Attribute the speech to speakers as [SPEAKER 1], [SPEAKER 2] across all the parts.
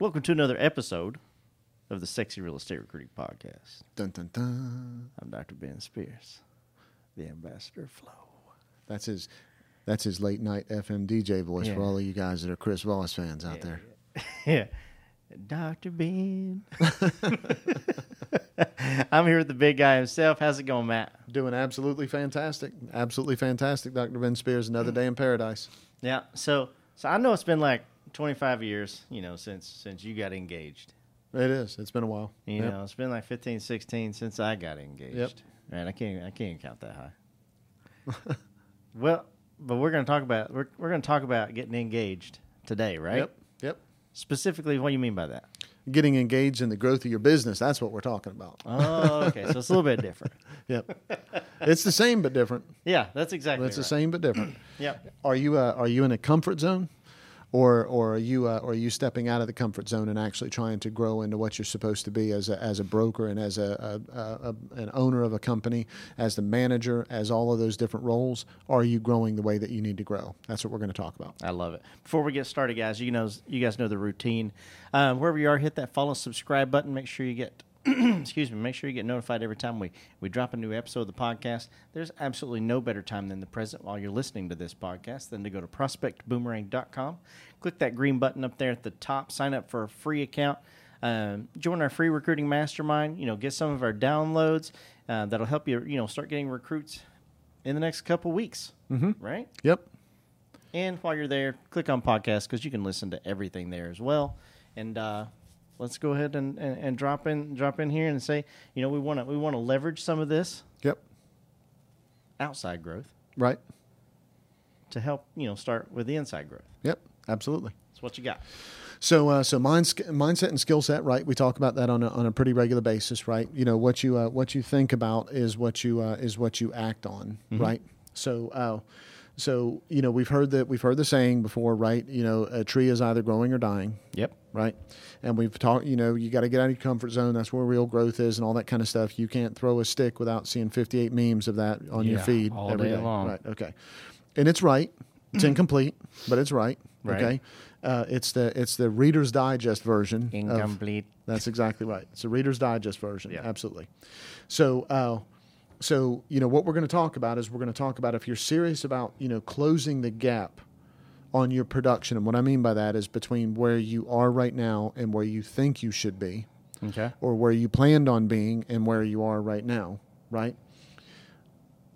[SPEAKER 1] Welcome to another episode of the Sexy Real Estate Recruiting Podcast.
[SPEAKER 2] Dun dun dun.
[SPEAKER 1] I'm Dr. Ben Spears, the ambassador of Flow.
[SPEAKER 2] That's his. That's his late night FM DJ voice
[SPEAKER 1] Yeah.
[SPEAKER 2] for all of you guys that are Chris Voss fans out there.
[SPEAKER 1] yeah. Dr. Ben. I'm here with the big guy himself. How's it going, Matt?
[SPEAKER 2] Doing absolutely fantastic. Absolutely fantastic, Dr. Ben Spears. Another day in paradise.
[SPEAKER 1] Yeah. So, so I know it's been like 25 years, you know, since since you got engaged.
[SPEAKER 2] It is. It's been a while.
[SPEAKER 1] You
[SPEAKER 2] Yep.
[SPEAKER 1] know, it's been like 15, 16 since I got engaged.
[SPEAKER 2] Yep.
[SPEAKER 1] Right. I can't I can't even count that high. well, but we're gonna talk about we're we're gonna talk about getting engaged today, right?
[SPEAKER 2] Yep. Yep.
[SPEAKER 1] Specifically, what do you mean by that?
[SPEAKER 2] Getting engaged in the growth of your business. That's what we're talking about.
[SPEAKER 1] Oh, okay. so it's a little bit different.
[SPEAKER 2] Yep. it's the same but different.
[SPEAKER 1] Yeah, that's exactly.
[SPEAKER 2] It's the
[SPEAKER 1] right.
[SPEAKER 2] same but different.
[SPEAKER 1] Yep.
[SPEAKER 2] Are you uh, are you in a comfort zone, or or are you uh, or are you stepping out of the comfort zone and actually trying to grow into what you're supposed to be as a, as a broker and as a, a, a, a an owner of a company, as the manager, as all of those different roles? Are you growing the way that you need to grow? That's what we're going to talk about.
[SPEAKER 1] I love it. Before we get started, guys, you know you guys know the routine. Um, wherever you are, hit that follow subscribe button. Make sure you get excuse me. Make sure you get notified every time we we drop a new episode of the podcast. There's absolutely no better time than the present while you're listening to this podcast than to go to prospectboomerang.com. Click that green button up there at the top. Sign up for a free account. Um, join our free recruiting mastermind. You know, get some of our downloads uh, that'll help you. You know, start getting recruits in the next couple weeks. Mm-hmm. Right.
[SPEAKER 2] Yep.
[SPEAKER 1] And while you're there, click on podcast because you can listen to everything there as well. And uh, let's go ahead and, and, and drop in drop in here and say, you know, we want to we want to leverage some of this
[SPEAKER 2] Yep.
[SPEAKER 1] outside growth
[SPEAKER 2] Right.
[SPEAKER 1] to help you know start with the inside growth.
[SPEAKER 2] Yep. Absolutely.
[SPEAKER 1] That's what you got.
[SPEAKER 2] So, uh, so mind, mindset and skill set, right? We talk about that on a, on a pretty regular basis, right? You know what you uh, what you think about is what you uh, is what you act on, right? So, uh, so you know we've heard that we've heard the saying before, right? You know, a tree is either growing or dying,
[SPEAKER 1] Yep.
[SPEAKER 2] right? And we've talked, you know, you got to get out of your comfort zone. That's where real growth is, and all that kind of stuff. You can't throw a stick without seeing fifty eight memes of that on your
[SPEAKER 1] Yeah,
[SPEAKER 2] feed
[SPEAKER 1] all
[SPEAKER 2] every
[SPEAKER 1] day
[SPEAKER 2] day,
[SPEAKER 1] long.
[SPEAKER 2] right? Okay, and it's right. It's incomplete, but it's right.
[SPEAKER 1] Right.
[SPEAKER 2] Okay, uh, it's the it's the Reader's Digest version. of-
[SPEAKER 1] Incomplete.
[SPEAKER 2] that's exactly right. It's a Reader's Digest version.
[SPEAKER 1] Yeah.
[SPEAKER 2] Absolutely. So, uh, so you know what we're going to talk about is we're going to talk about if you're serious about you know closing the gap on your production, and what I mean by that is between where you are right now and where you think you should be,
[SPEAKER 1] okay.
[SPEAKER 2] or where you planned on being and where you are right now, right?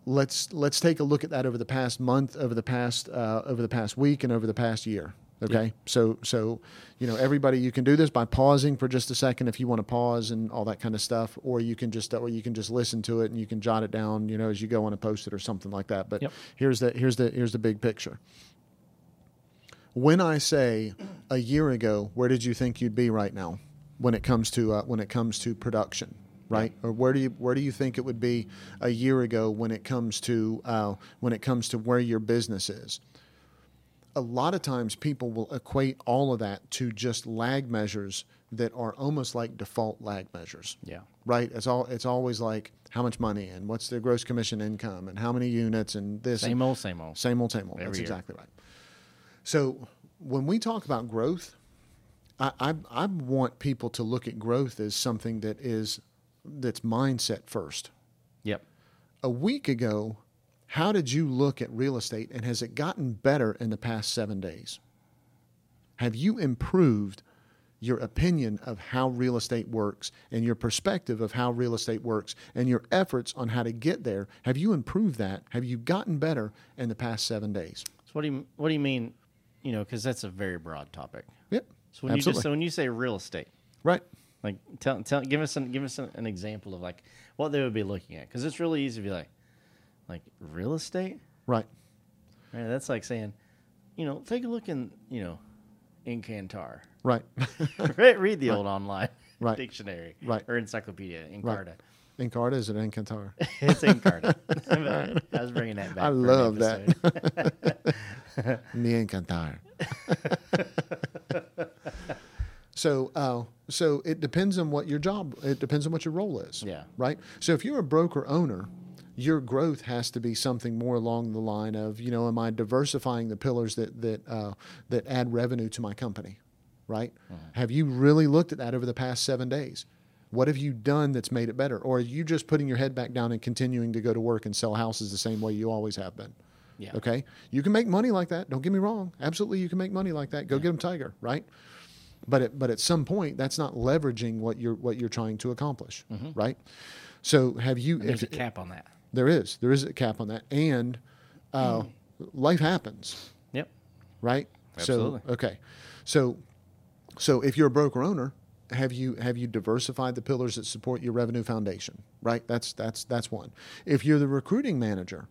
[SPEAKER 2] Let's let's take a look at that over the past month, over the past uh, over the past week, and over the past year. Okay, so so you know everybody, you can do this by pausing for just a second if you want to pause and all that kind of stuff, or you can just or you can just listen to it and you can jot it down, you know, as you go on a post it or something like that. But
[SPEAKER 1] Yep.
[SPEAKER 2] here's the here's the here's the big picture. When I say a year ago, where did you think you'd be right now when it comes to uh, when it comes to production, right? Or where do you where do you think it would be a year ago when it comes to uh, when it comes to where your business is? A lot of times, people will equate all of that to just lag measures that are almost like default lag measures
[SPEAKER 1] Yeah.
[SPEAKER 2] right? It's all it's always like how much money and what's their gross commission income and how many units and this
[SPEAKER 1] Same
[SPEAKER 2] and-
[SPEAKER 1] old, same old.
[SPEAKER 2] same old same old.
[SPEAKER 1] Every
[SPEAKER 2] That's
[SPEAKER 1] year.
[SPEAKER 2] exactly right. So when we talk about growth, I, I I want people to look at growth as something that is that's mindset first.
[SPEAKER 1] Yep.
[SPEAKER 2] A week ago, how did you look at real estate and has it gotten better in the past seven days? Have you improved your opinion of how real estate works and your perspective of how real estate works and your efforts on how to get there? Have you improved that? Have you gotten better in the past seven days?
[SPEAKER 1] So what do you what do you mean? You know, because that's a very broad topic.
[SPEAKER 2] Yep.
[SPEAKER 1] So when you
[SPEAKER 2] Absolutely.
[SPEAKER 1] just so when you say real estate,
[SPEAKER 2] right.
[SPEAKER 1] Like tell tell give us an give us an, an example of like what they would be looking at because it's really easy to be like like real estate.
[SPEAKER 2] Right.
[SPEAKER 1] Right? That's like saying, you know, take a look in you know, in Cantar.
[SPEAKER 2] Right.
[SPEAKER 1] Read, read the old online
[SPEAKER 2] Right.
[SPEAKER 1] dictionary
[SPEAKER 2] Right.
[SPEAKER 1] or encyclopedia
[SPEAKER 2] Right.
[SPEAKER 1] Encarta.
[SPEAKER 2] Encarta is it Encantar?
[SPEAKER 1] it's Encarta. I was bringing that back.
[SPEAKER 2] I
[SPEAKER 1] for an
[SPEAKER 2] love that.
[SPEAKER 1] episode.
[SPEAKER 2] Ni encantar. so, uh, so it depends on what your job. It depends on what your role is.
[SPEAKER 1] Yeah.
[SPEAKER 2] Right. So if you're a broker owner, your growth has to be something more along the line of you know, am I diversifying the pillars that that uh, that add revenue to my company? right? Have you really looked at that over the past seven days? What have you done that's made it better? Or are you just putting your head back down and continuing to go to work and sell houses the same way you always have been?
[SPEAKER 1] Yeah.
[SPEAKER 2] Okay. You can make money like that. Don't get me wrong. Absolutely, you can make money like that. Go get 'em get them, Tiger. Right. But at, but at some point, that's not leveraging what you're what you're trying to accomplish. Right. So have you?
[SPEAKER 3] Mm-hmm. There's
[SPEAKER 2] If,
[SPEAKER 3] a cap on that.
[SPEAKER 2] there is there is a cap on that, and uh,
[SPEAKER 3] Mm.
[SPEAKER 2] life happens
[SPEAKER 1] Yep.
[SPEAKER 2] right? So
[SPEAKER 3] Absolutely.
[SPEAKER 2] okay. So so if you're a broker owner, have you have you diversified the pillars that support your revenue foundation? Right? That's that's that's one. If you're the recruiting manager,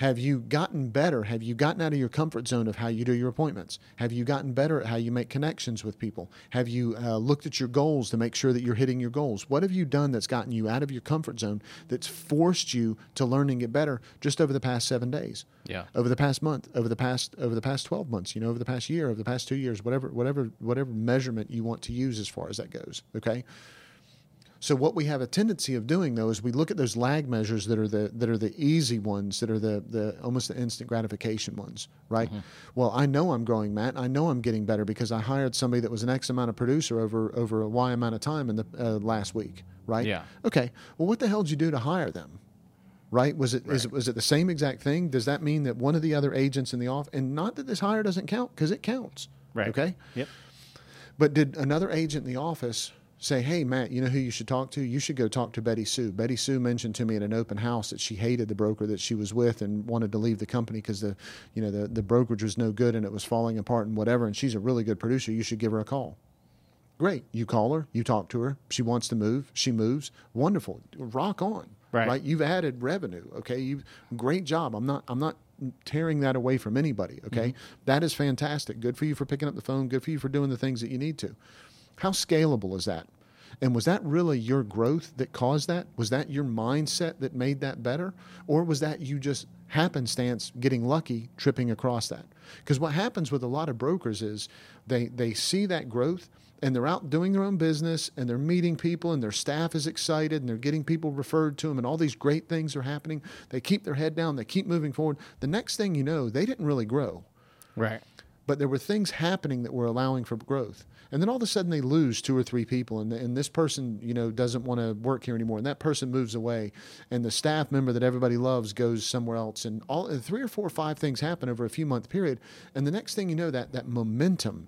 [SPEAKER 2] have you gotten better? Have you gotten out of your comfort zone of how you do your appointments? Have you gotten better at how you make connections with people? Have you uh, looked at your goals to make sure that you're hitting your goals? What have you done that's gotten you out of your comfort zone that's forced you to learn and get better just over the past seven days?
[SPEAKER 3] Yeah.
[SPEAKER 2] over the past month, over the past over the past 12 months, you know, over the past year, over the past 2 years, whatever whatever whatever measurement you want to use as far as that goes, okay? So what we have a tendency of doing though is we look at those lag measures that are the that are the easy ones, that are the the almost the instant gratification ones, right?
[SPEAKER 3] Mm-hmm.
[SPEAKER 2] Well, I know I'm growing, Matt. I know I'm getting better because I hired somebody that was an X amount of producer over over a Y amount of time in the uh, last week, right?
[SPEAKER 3] Yeah.
[SPEAKER 2] Okay. Well, what the hell did you do to hire them? right? Was it, is it was it the same exact thing? Does that mean that one of the other agents in the off and not that this hire doesn't count because it counts,
[SPEAKER 1] Right.
[SPEAKER 2] Okay,
[SPEAKER 1] Yep.
[SPEAKER 2] but did another agent in the office say, "Hey, Matt, you know who you should talk to? You should go talk to Betty Sue." Betty Sue mentioned to me at an open house that she hated the broker that she was with and wanted to leave the company because the, you know, the the brokerage was no good and it was falling apart and whatever. And she's a really good producer. You should give her a call. Great. You call her. You talk to her. She wants to move. She moves. Wonderful. Rock on.
[SPEAKER 1] Right.
[SPEAKER 2] You've added revenue. Okay. You great job. I'm not. I'm not tearing that away from anybody. Okay. That is fantastic. Good for you for picking up the phone. Good for you for doing the things that you need to. How scalable is that? And was that really your growth that caused that? Was that your mindset that made that better? Or was that you just happenstance getting lucky tripping across that? Because what happens with a lot of brokers is they, they see that growth and they're out doing their own business and they're meeting people and their staff is excited and they're getting people referred to them and all these great things are happening. They keep their head down, they keep moving forward. The next thing you know, they didn't really grow
[SPEAKER 3] Right.
[SPEAKER 2] but there were things happening that were allowing for growth. And then all of a sudden they lose two or three people, and, and this person you know doesn't want to work here anymore, and that person moves away, and the staff member that everybody loves goes somewhere else, and all and three or four or five things happen over a few month period, and the next thing you know that that momentum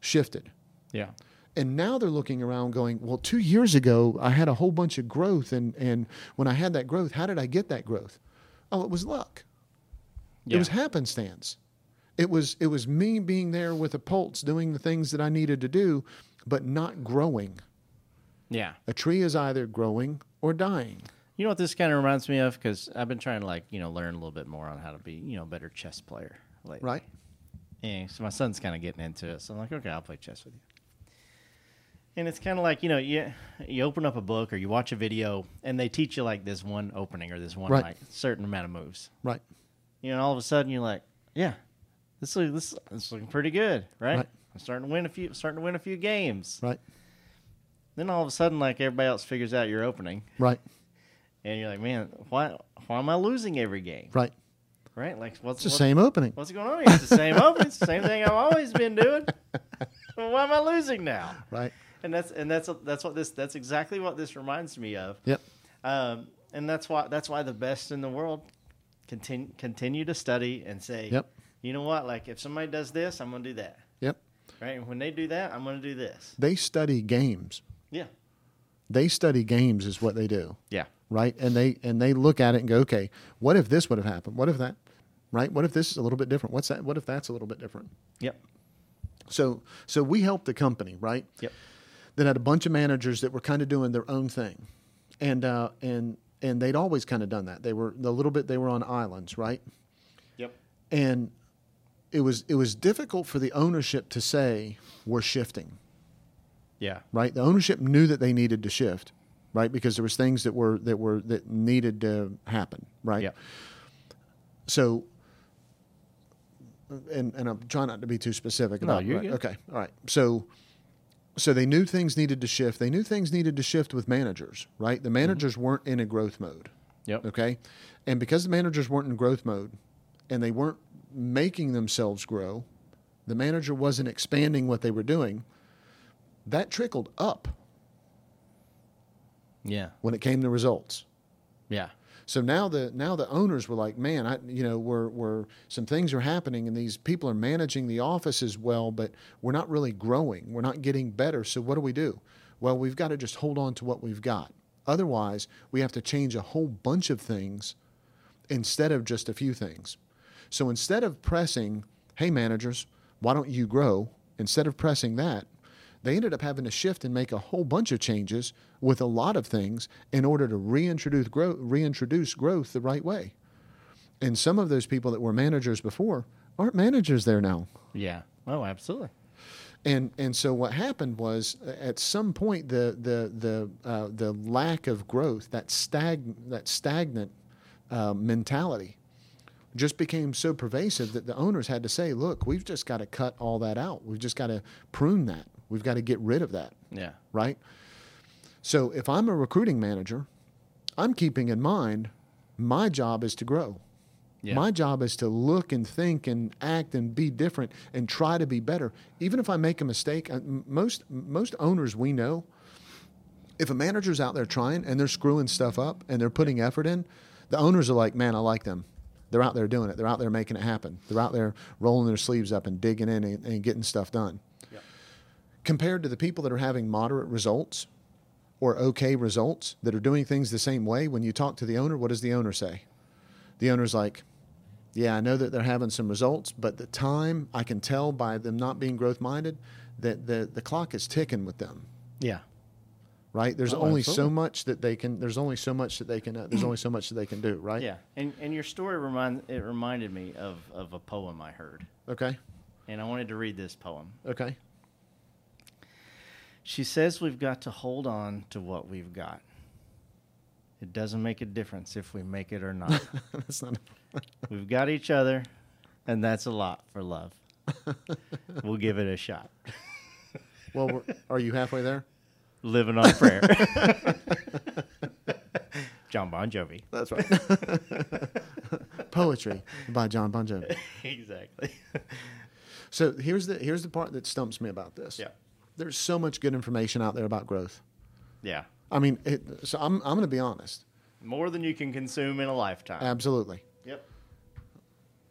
[SPEAKER 2] shifted.
[SPEAKER 3] Yeah.
[SPEAKER 2] And now they're looking around going, well, two years ago, I had a whole bunch of growth. And, and when I had that growth, how did I get that growth? Oh, it was luck. It
[SPEAKER 3] Yeah.
[SPEAKER 2] was happenstance. It was, it was me being there with a pulse doing the things that I needed to do, but not growing.
[SPEAKER 3] Yeah.
[SPEAKER 2] A tree is either growing or dying.
[SPEAKER 1] You know what this kind of reminds me of? Because I've been trying to like you know learn a little bit more on how to be you know a better chess player lately.
[SPEAKER 2] Right?
[SPEAKER 1] Yeah, so my son's kind of getting into it. So I'm like, okay, I'll play chess with you. And it's kind of like you know, you you open up a book or you watch a video, and they teach you like this one opening or this one
[SPEAKER 2] Right.
[SPEAKER 1] like certain amount of moves.
[SPEAKER 2] Right.
[SPEAKER 1] You know, and all of a sudden you're like, yeah, this look, this this looking pretty good, right?
[SPEAKER 2] Right.
[SPEAKER 1] I'm starting to win a few, starting to win a few games.
[SPEAKER 2] Right.
[SPEAKER 1] Then all of a sudden, like everybody else figures out your opening,
[SPEAKER 2] Right.
[SPEAKER 1] and you're like, man, why why am I losing every game?
[SPEAKER 2] Right.
[SPEAKER 1] Right? Like what's
[SPEAKER 2] It's the
[SPEAKER 1] what's-
[SPEAKER 2] same opening.
[SPEAKER 1] What's going on? Here? It's the same open. It's the same thing I've always been doing. Why am I losing now?
[SPEAKER 2] Right.
[SPEAKER 1] And that's and that's that's what this that's exactly what this reminds me of.
[SPEAKER 2] Yep.
[SPEAKER 1] Um, and that's why that's why the best in the world continue continue to study and say,
[SPEAKER 2] Yep.
[SPEAKER 1] you know what? Like if somebody does this, I'm going to do that.
[SPEAKER 2] Yep.
[SPEAKER 1] Right? And when they do that, I'm going to do this.
[SPEAKER 2] They study games.
[SPEAKER 1] Yeah.
[SPEAKER 2] They study games, is what they do.
[SPEAKER 1] Yeah.
[SPEAKER 2] right? And they and they look at it and go, okay, what if this would have happened? What if that, right? What if this is a little bit different? What's that? What if that's a little bit different?
[SPEAKER 1] Yep.
[SPEAKER 2] So so we helped a company, right?
[SPEAKER 1] Yep.
[SPEAKER 2] That had a bunch of managers that were kind of doing their own thing, and uh, and and they'd always kind of done that. They were a little bit they were on islands, right?
[SPEAKER 1] Yep.
[SPEAKER 2] And it was it was difficult for the ownership to say we're shifting.
[SPEAKER 3] Yeah.
[SPEAKER 2] right? The ownership knew that they needed to shift, right? Because there was things that were that were that needed to happen, right?
[SPEAKER 3] Yeah.
[SPEAKER 2] So, and and I'm trying not to be too specific
[SPEAKER 1] No,
[SPEAKER 2] about.
[SPEAKER 1] you're
[SPEAKER 2] right?
[SPEAKER 1] good.
[SPEAKER 2] Okay, all right. So, so they knew things needed to shift. They knew things needed to shift with managers, right?
[SPEAKER 1] Mm-hmm.
[SPEAKER 2] The managers weren't in a growth mode.
[SPEAKER 3] Yep.
[SPEAKER 2] Okay. And because the managers weren't in growth mode and they weren't making themselves grow, the manager wasn't expanding what they were doing, that trickled up
[SPEAKER 1] Yeah.
[SPEAKER 2] when it came to results.
[SPEAKER 3] Yeah.
[SPEAKER 2] So now the now the owners were like, man, I you know we're we're some things are happening and these people are managing the offices well, but we're not really growing. We're not getting better. So what do we do? Well, we've got to just hold on to what we've got. Otherwise, we have to change a whole bunch of things instead of just a few things. So instead of pressing, hey managers, why don't you grow? Instead of pressing that, they ended up having to shift and make a whole bunch of changes with a lot of things in order to reintroduce growth, reintroduce growth the right way. And some of those people that were managers before aren't managers there now.
[SPEAKER 1] Yeah. Oh, absolutely.
[SPEAKER 2] And and so what happened was uh, at some point the the the uh, the lack of growth that stag that stagnant uh, mentality just became so pervasive that the owners had to say, look, we've just got to cut all that out. We've just got to prune that. We've got to get rid of that
[SPEAKER 1] Yeah.
[SPEAKER 2] right? So if I'm a recruiting manager, I'm keeping in mind my job is to grow.
[SPEAKER 1] Yeah.
[SPEAKER 2] My job is to look and think and act and be different and try to be better. Even if I make a mistake, uh, m- most most owners we know, if a manager's out there trying and they're screwing stuff up and they're putting effort in, the owners are like, "Man, I like them. They're out there doing it. They're out there making it happen. They're out there rolling their sleeves up and digging in and, and getting stuff done." compared to the people that are having moderate results or okay results that are doing things the same way, when you talk to the owner, what does the owner say? The owner's like, Yeah, I know that they're having some results, but the time I can tell by them not being growth minded that the, the clock is ticking with them.
[SPEAKER 1] Yeah.
[SPEAKER 2] Right? There's
[SPEAKER 1] Oh,
[SPEAKER 2] only so
[SPEAKER 1] absolutely.
[SPEAKER 2] much that they can. There's only so much that they can. Uh, there's only so much that they can do. Right?
[SPEAKER 1] Yeah. And and your story remind it reminded me of of a poem I heard,
[SPEAKER 2] Okay.
[SPEAKER 1] and I wanted to read this poem.
[SPEAKER 2] Okay.
[SPEAKER 1] She says we've got to hold on to what we've got. It doesn't make a difference if we make it or not.
[SPEAKER 2] That's not.
[SPEAKER 1] we've got each other, and that's a lot for love. we'll give it a shot.
[SPEAKER 2] Well, we're, are you halfway there?
[SPEAKER 1] Living on prayer. John Bon Jovi.
[SPEAKER 2] That's right. Poetry by John Bon Jovi.
[SPEAKER 1] exactly.
[SPEAKER 2] So here's the here's the part that stumps me about this.
[SPEAKER 1] Yeah.
[SPEAKER 2] There's so much good information out there about growth.
[SPEAKER 1] Yeah.
[SPEAKER 2] I mean, it, so I'm I'm going to be honest.
[SPEAKER 1] More than you can consume in a lifetime.
[SPEAKER 2] Absolutely.
[SPEAKER 1] yep.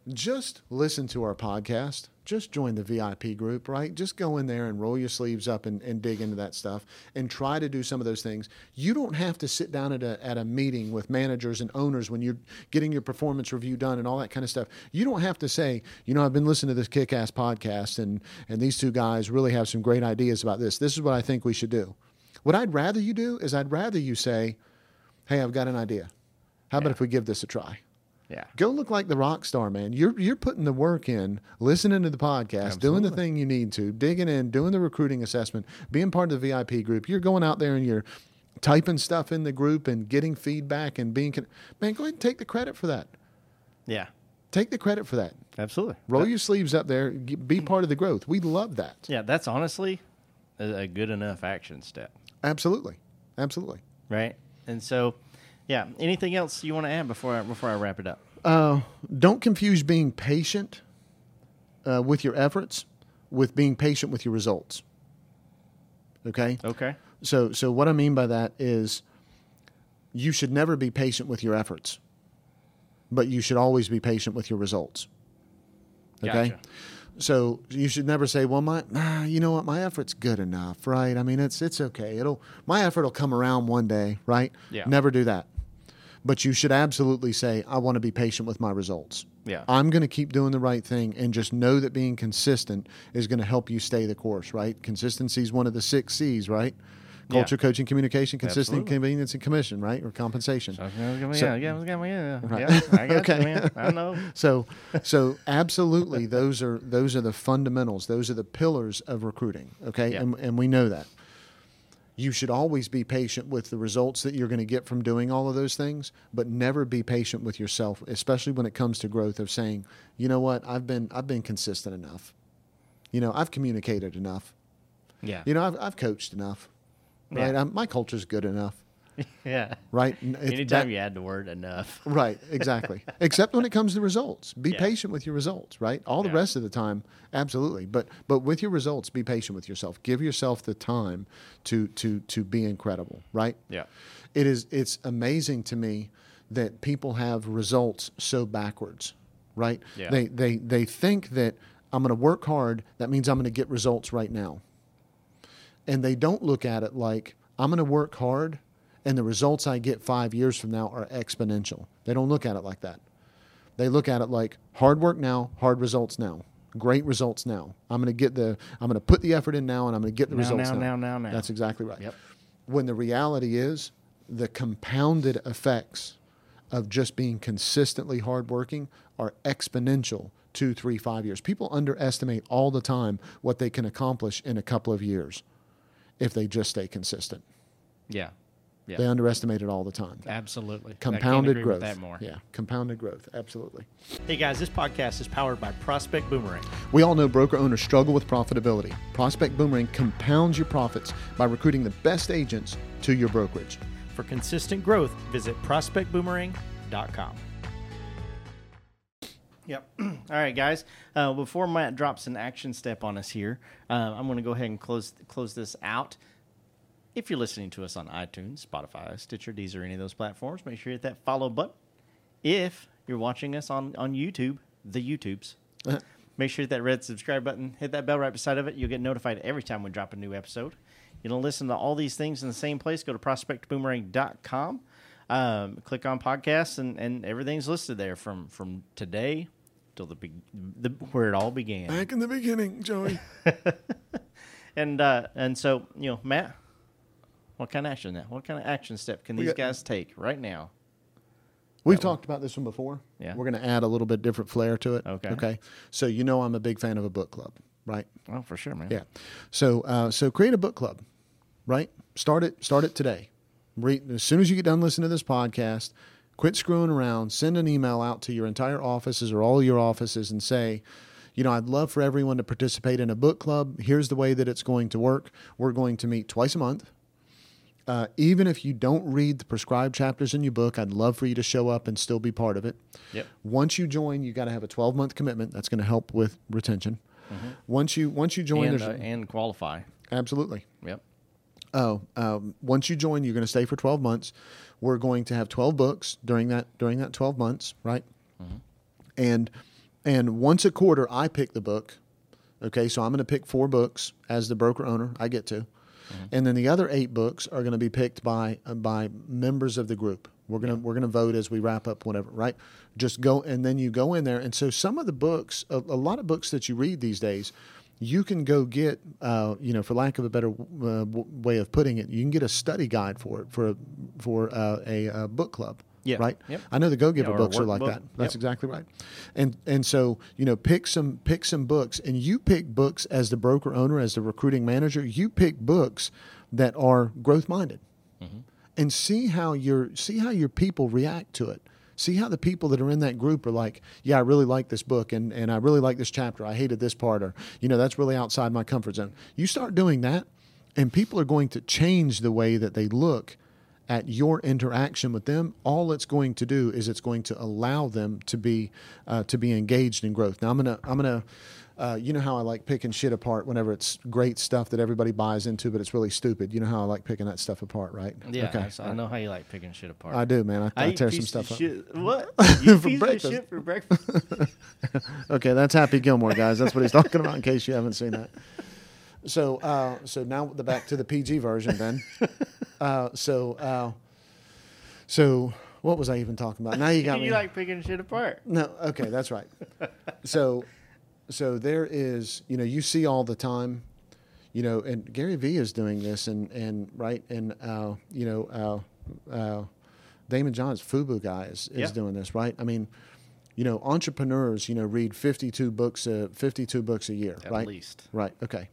[SPEAKER 2] Just listen to our podcast. Just join the VIP group, right? Just go in there and roll your sleeves up and, and dig into that stuff and try to do some of those things. You don't have to sit down at a, at a meeting with managers and owners when you're getting your performance review done and all that kind of stuff. You don't have to say, you know, I've been listening to this kick ass podcast and, and these two guys really have some great ideas about this. This is what I think we should do. What I'd rather you do is I'd rather you say, hey, I've got an idea. How about if we give this a try?
[SPEAKER 1] Yeah.
[SPEAKER 2] Go look like the rock star, man. You're you're putting the work in, listening to the podcast, doing the thing you need to, digging in, doing the recruiting assessment, being part of the VIP group. You're going out there and you're typing stuff in the group and getting feedback and being con- man. Go ahead and take the credit for that.
[SPEAKER 1] Yeah.
[SPEAKER 2] Take the credit for that.
[SPEAKER 1] Absolutely.
[SPEAKER 2] Roll your sleeves up there. g- Be part of the growth. We love that.
[SPEAKER 1] Yeah, that's honestly a, a good enough action step,
[SPEAKER 2] Absolutely, absolutely.
[SPEAKER 1] right? And so, yeah. Anything else you want to add before I, before I wrap it up?
[SPEAKER 2] Uh, don't confuse being patient uh, with your efforts with being patient with your results. Okay.
[SPEAKER 1] Okay.
[SPEAKER 2] So, so what I mean by that is, you should never be patient with your efforts, but you should always be patient with your results. Okay.
[SPEAKER 1] Gotcha.
[SPEAKER 2] So you should never say, "Well, my, ah, you know what, my effort's good enough, right? I mean, it's it's okay. It'll my effort will come around one day, right?
[SPEAKER 1] Yeah.
[SPEAKER 2] Never do that. But you should absolutely say, "I want to be patient with my results.
[SPEAKER 1] Yeah.
[SPEAKER 2] I'm going to keep doing the right thing, and just know that being consistent is going to help you stay the course, right? Consistency is one of the six C's, right?
[SPEAKER 1] Yeah.
[SPEAKER 2] Culture, coaching, communication, consistent
[SPEAKER 1] Absolutely.
[SPEAKER 2] convenience, and commission, right? Or compensation. So-
[SPEAKER 1] Yeah, yeah, yeah, yeah.
[SPEAKER 2] Right.
[SPEAKER 1] yeah I got
[SPEAKER 2] Okay.
[SPEAKER 1] you, man. I know.
[SPEAKER 2] So, so absolutely, those are those are the fundamentals. Those are the pillars of recruiting. Okay,
[SPEAKER 1] Yeah.
[SPEAKER 2] and, and we know that. You should always be patient with the results that you're going to get from doing all of those things, but never be patient with yourself, especially when it comes to growth. Of saying, you know what, I've been I've been consistent enough. You know, I've communicated enough.
[SPEAKER 1] Yeah.
[SPEAKER 2] You know, I've I've coached enough. Right,
[SPEAKER 1] Yeah.
[SPEAKER 2] I'm, my culture's good enough.
[SPEAKER 1] yeah.
[SPEAKER 2] right? N- it's
[SPEAKER 1] Anytime
[SPEAKER 2] that-
[SPEAKER 1] you add the word enough.
[SPEAKER 2] Right, exactly. Except when it comes to results, be
[SPEAKER 1] Yeah.
[SPEAKER 2] patient with your results. Right, all the
[SPEAKER 1] Yeah.
[SPEAKER 2] rest of the time, absolutely. But but with your results, be patient with yourself. Give yourself the time to to to be incredible. Right.
[SPEAKER 3] Yeah.
[SPEAKER 2] It is. It's amazing to me that people have results so backwards. Right.
[SPEAKER 3] Yeah.
[SPEAKER 2] They they they think that I'm going to work hard. That means I'm going to get results right now and they don't look at it like I'm going to work hard and the results I get 5 years from now are exponential. They don't look at it like that. They look at it like hard work now, hard results now. Great results now. I'm going to get the I'm going to put the effort in now and I'm going to get the
[SPEAKER 1] Now,
[SPEAKER 2] results
[SPEAKER 1] now, now,
[SPEAKER 2] now.
[SPEAKER 1] now, now.
[SPEAKER 2] That's exactly right.
[SPEAKER 1] Yep.
[SPEAKER 2] When the reality is the compounded effects of just being consistently hardworking are exponential two, three, five years. People underestimate all the time what they can accomplish in a couple of years if they just stay consistent.
[SPEAKER 3] Yeah. Yeah.
[SPEAKER 2] They underestimate it all the time.
[SPEAKER 3] Absolutely. I can't
[SPEAKER 2] Compounded
[SPEAKER 3] agree
[SPEAKER 2] growth.
[SPEAKER 3] With that more.
[SPEAKER 2] Yeah, compounded growth. Absolutely.
[SPEAKER 1] Hey guys, this podcast is powered by Prospect Boomerang.
[SPEAKER 2] We all know broker owners struggle with profitability. Prospect Boomerang compounds your profits by recruiting the best agents to your brokerage.
[SPEAKER 1] For consistent growth, visit prospectboomerang.com. Yep. All right, guys. Uh, before Matt drops an action step on us here, uh, I'm going to go ahead and close close this out. If you're listening to us on iTunes, Spotify, Stitcher, Deezer, any of those platforms, make sure you hit that follow button. If you're watching us on, on YouTube, the YouTubes, make sure you hit that red subscribe button, hit that bell right beside of it. You'll get notified every time we drop a new episode. You don't listen to all these things in the same place. Go to prospectboomerang.com, um, click on podcasts, and, and everything's listed there from, from today till the, be- the where it all began.
[SPEAKER 2] Back in the beginning, Joey.
[SPEAKER 1] And uh, and so you know, Matt, what kind of action that? What kind of action step can these
[SPEAKER 2] got-
[SPEAKER 1] guys take right now?
[SPEAKER 2] We've talked about this one before.
[SPEAKER 1] Yeah.
[SPEAKER 2] We're going to add a little bit different flair to it.
[SPEAKER 1] Okay.
[SPEAKER 2] Okay. So you know I'm a big fan of a book club, right?
[SPEAKER 1] Oh, for sure, man.
[SPEAKER 2] Yeah. So uh, so create a book club, right? Start it. Start it today. Re- as soon as you get done listening to this podcast, quit screwing around. Send an email out to your entire offices or all your offices and say. You know, I'd love for everyone to participate in a book club. Here's the way that it's going to work. We're going to meet twice a month. Uh, even if you don't read the prescribed chapters in your book, I'd love for you to show up and still be part of it.
[SPEAKER 1] Yep.
[SPEAKER 2] Once you join, you got to have a 12 month commitment. That's going to help with retention. Once you once you join,
[SPEAKER 1] And,
[SPEAKER 2] there's
[SPEAKER 1] uh, and qualify.
[SPEAKER 2] Absolutely.
[SPEAKER 1] Yep.
[SPEAKER 2] Oh, um, once you join, you're going to stay for 12 months. We're going to have 12 books during that during that 12 months, right? And and once a quarter, I pick the book. Okay, so I'm going to pick four books as the broker owner. I get to,
[SPEAKER 1] Mm-hmm.
[SPEAKER 2] and then the other eight books are going to be picked by uh, by members of the group. We're gonna we're gonna vote as we wrap up whatever, right? Just go and then you go in there, and so some of the books, a, a lot of books that you read these days, you can go get, uh, you know, for lack of a better uh, w- way of putting it, you can get a study guide for it for a, for uh, a, uh book club,
[SPEAKER 1] Yeah.
[SPEAKER 2] right?
[SPEAKER 1] Yep.
[SPEAKER 2] I know the Go Giver
[SPEAKER 1] Yeah, or a
[SPEAKER 2] books are like
[SPEAKER 1] workbook.
[SPEAKER 2] that. That's
[SPEAKER 1] Yep.
[SPEAKER 2] exactly right. And and so you know, pick some pick some books, and you pick books as the broker owner, as the recruiting manager. You pick books that are growth minded, and see how your see how your people react to it. See how the people that are in that group are like, yeah, I really like this book, and and I really like this chapter. I hated this part, or you know, that's really outside my comfort zone. You start doing that, and people are going to change the way that they look at your interaction with them, all it's going to do is it's going to allow them to be uh, to be engaged in growth. Now I'm gonna I'm gonna uh, you know how I like picking shit apart whenever it's great stuff that everybody buys into, but it's really stupid. You know how I like picking that stuff apart, right?
[SPEAKER 1] Yeah. I, I know how you like picking shit apart.
[SPEAKER 2] I do, man. I, I, tear some stuff up.
[SPEAKER 1] What? You
[SPEAKER 2] For
[SPEAKER 1] piece
[SPEAKER 2] breakfast.
[SPEAKER 1] of shit for breakfast.
[SPEAKER 2] Okay, that's Happy Gilmore, guys. That's what he's talking about. In case you haven't seen that. So, uh, so now the back to the PG version, then. Uh, so, uh, so what was I even talking about? Now you got me.
[SPEAKER 1] you like picking shit apart.
[SPEAKER 2] No, okay, that's right. so, so there is, you know, you see all the time, you know, and Gary Vee is doing this, and and right, and uh, you know, uh, uh, Damon Johns, Fubu guy is, is
[SPEAKER 1] Yeah.
[SPEAKER 2] doing this, right? I mean, you know, entrepreneurs, you know, read fifty two books, a fifty two books a year,
[SPEAKER 1] At
[SPEAKER 2] right?
[SPEAKER 1] least.
[SPEAKER 2] right? Okay.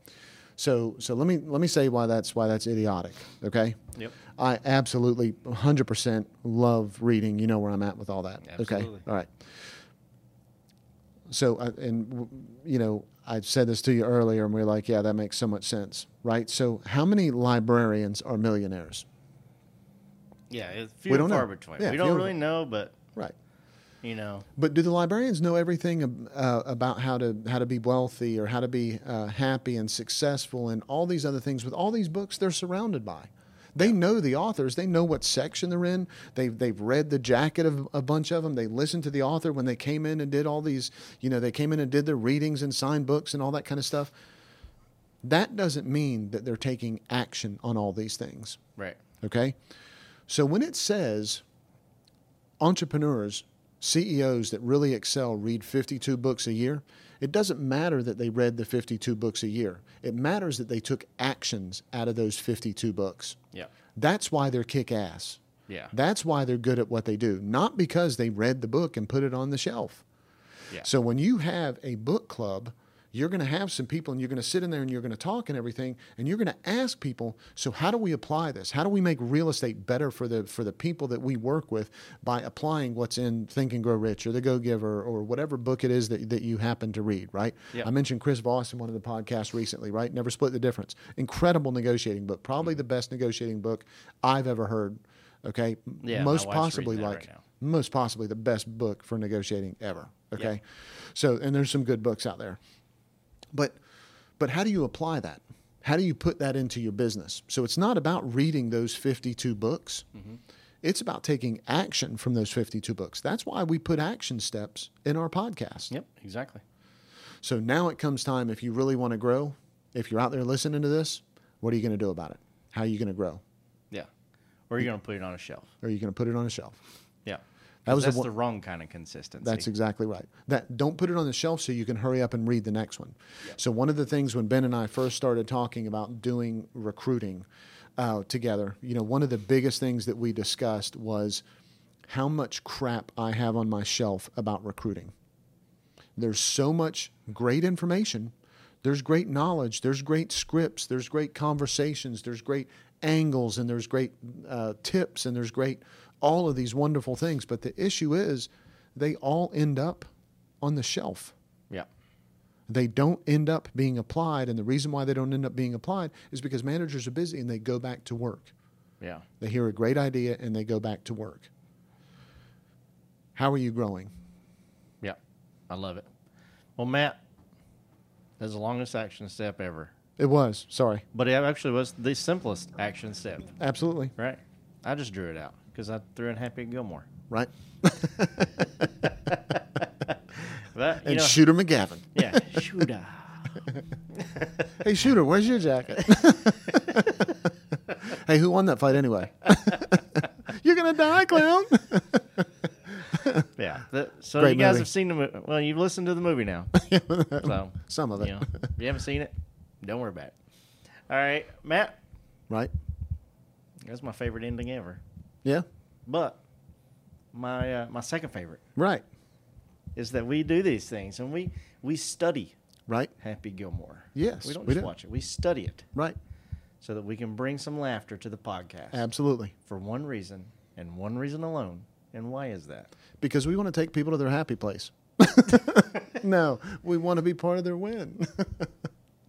[SPEAKER 2] So, so let me let me say why that's why that's idiotic. Okay.
[SPEAKER 1] Yep.
[SPEAKER 2] I absolutely 100% love reading. You know where I'm at with all that.
[SPEAKER 1] Absolutely.
[SPEAKER 2] Okay. All right. So, I, and w- you know, I said this to you earlier, and we are like, yeah, that makes so much sense, right? So, how many librarians are millionaires?
[SPEAKER 1] Yeah, it's few we don't and far know. between.
[SPEAKER 2] Yeah,
[SPEAKER 1] we
[SPEAKER 2] few
[SPEAKER 1] don't
[SPEAKER 2] and-
[SPEAKER 1] really know, but
[SPEAKER 2] Right.
[SPEAKER 1] you know,
[SPEAKER 2] But do the librarians know everything ab- uh, about how to how to be wealthy or how to be uh, happy and successful and all these other things with all these books they're surrounded by? They know the authors. They know what section they're in. They've they've read the jacket of a bunch of them. They listened to the author when they came in and did all these. You know, they came in and did their readings and signed books and all that kind of stuff. That doesn't mean that they're taking action on all these things.
[SPEAKER 1] right?
[SPEAKER 2] Okay. So when it says entrepreneurs, CEOs that really excel read 52 books a year, it doesn't matter that they read the 52 books a year. It matters that they took actions out of those 52 books.
[SPEAKER 1] Yeah,
[SPEAKER 2] That's why they're kick ass.
[SPEAKER 1] yeah,
[SPEAKER 2] That's why they're good at what they do, not because they read the book and put it on the shelf.
[SPEAKER 1] Yeah.
[SPEAKER 2] So when you have a book club, you're going to have some people and you're going to sit in there and you're going to talk and everything and you're going to ask people, so how do we apply this? How do we make real estate better for the for the people that we work with by applying what's in Think and Grow Rich or The Go Giver or whatever book it is that, that you happen to read, right?
[SPEAKER 1] Yeah.
[SPEAKER 2] I mentioned Chris Voss in one of the podcasts recently, right? Never Split the Difference. Incredible negotiating book,
[SPEAKER 1] Mm-hmm.
[SPEAKER 2] probably the best negotiating book I've ever heard. Okay.
[SPEAKER 1] Yeah, my
[SPEAKER 2] most
[SPEAKER 1] wife's reading
[SPEAKER 2] possibly
[SPEAKER 1] that
[SPEAKER 2] like
[SPEAKER 1] right now.
[SPEAKER 2] most possibly the best book for negotiating ever. Okay. So, and there's some good books out there. But but how do you apply that? How do you put that into your business? So it's not about reading those 52 books.
[SPEAKER 1] Mm-hmm.
[SPEAKER 2] It's about taking action from those 52 books. That's why we put action steps in our podcast.
[SPEAKER 1] yep, exactly.
[SPEAKER 2] So now it comes time if you really want to grow, if you're out there listening to this, what are you going to do about it? How are you going to grow?
[SPEAKER 1] Yeah, or you're gonna put it on a shelf.
[SPEAKER 2] Are you going to put it on a shelf?
[SPEAKER 1] Yeah,
[SPEAKER 2] That was the
[SPEAKER 1] that's
[SPEAKER 2] one-
[SPEAKER 1] the wrong kind of consistency.
[SPEAKER 2] That's exactly right. That don't put it on the shelf so you can hurry up and read the next one. So one of the things when Ben and I first started talking about doing recruiting uh, together, you know, one of the biggest things that we discussed was how much crap I have on my shelf about recruiting. There's so much great information. There's great knowledge. There's great scripts. There's great conversations. There's great angles and there's great uh, tips and there's great all of these wonderful things. But the issue is they all end up on the shelf.
[SPEAKER 1] yeah,
[SPEAKER 2] They don't end up being applied. And the reason why they don't end up being applied is because managers are busy and they go back to work.
[SPEAKER 1] yeah,
[SPEAKER 2] They hear a great idea and they go back to work. How are you growing?
[SPEAKER 1] yeah. I love it. Well, Matt, that's the longest action step ever,
[SPEAKER 2] It was, sorry.
[SPEAKER 1] but it actually was the simplest action step.
[SPEAKER 2] Absolutely.
[SPEAKER 1] Right. I just drew it out because I threw in Happy Gilmore.
[SPEAKER 2] Right.
[SPEAKER 1] But, you
[SPEAKER 2] And
[SPEAKER 1] know,
[SPEAKER 2] Shooter McGavin.
[SPEAKER 1] yeah, shooter.
[SPEAKER 2] Hey, Shooter, where's your jacket? hey, who won that fight anyway? You're going to die, clown.
[SPEAKER 1] Yeah. The- so
[SPEAKER 2] Great
[SPEAKER 1] you guys
[SPEAKER 2] movie.
[SPEAKER 1] have seen the movie. Well, you've listened to the movie now. so
[SPEAKER 2] Some of it.
[SPEAKER 1] You know, if you haven't seen it, don't worry about it. All right, Matt.
[SPEAKER 2] Right?
[SPEAKER 1] That's my favorite ending ever.
[SPEAKER 2] Yeah.
[SPEAKER 1] But my uh, my second favorite
[SPEAKER 2] Right.
[SPEAKER 1] is that we do these things and we we study
[SPEAKER 2] Right.
[SPEAKER 1] Happy Gilmore.
[SPEAKER 2] Yes,
[SPEAKER 1] We don't
[SPEAKER 2] we
[SPEAKER 1] just
[SPEAKER 2] do.
[SPEAKER 1] watch it. We study it
[SPEAKER 2] Right.
[SPEAKER 1] so that we can bring some laughter to the podcast.
[SPEAKER 2] Absolutely.
[SPEAKER 1] for one reason and one reason alone. And why is that?
[SPEAKER 2] Because we want to take people to their happy place. no, we want to be part of their win.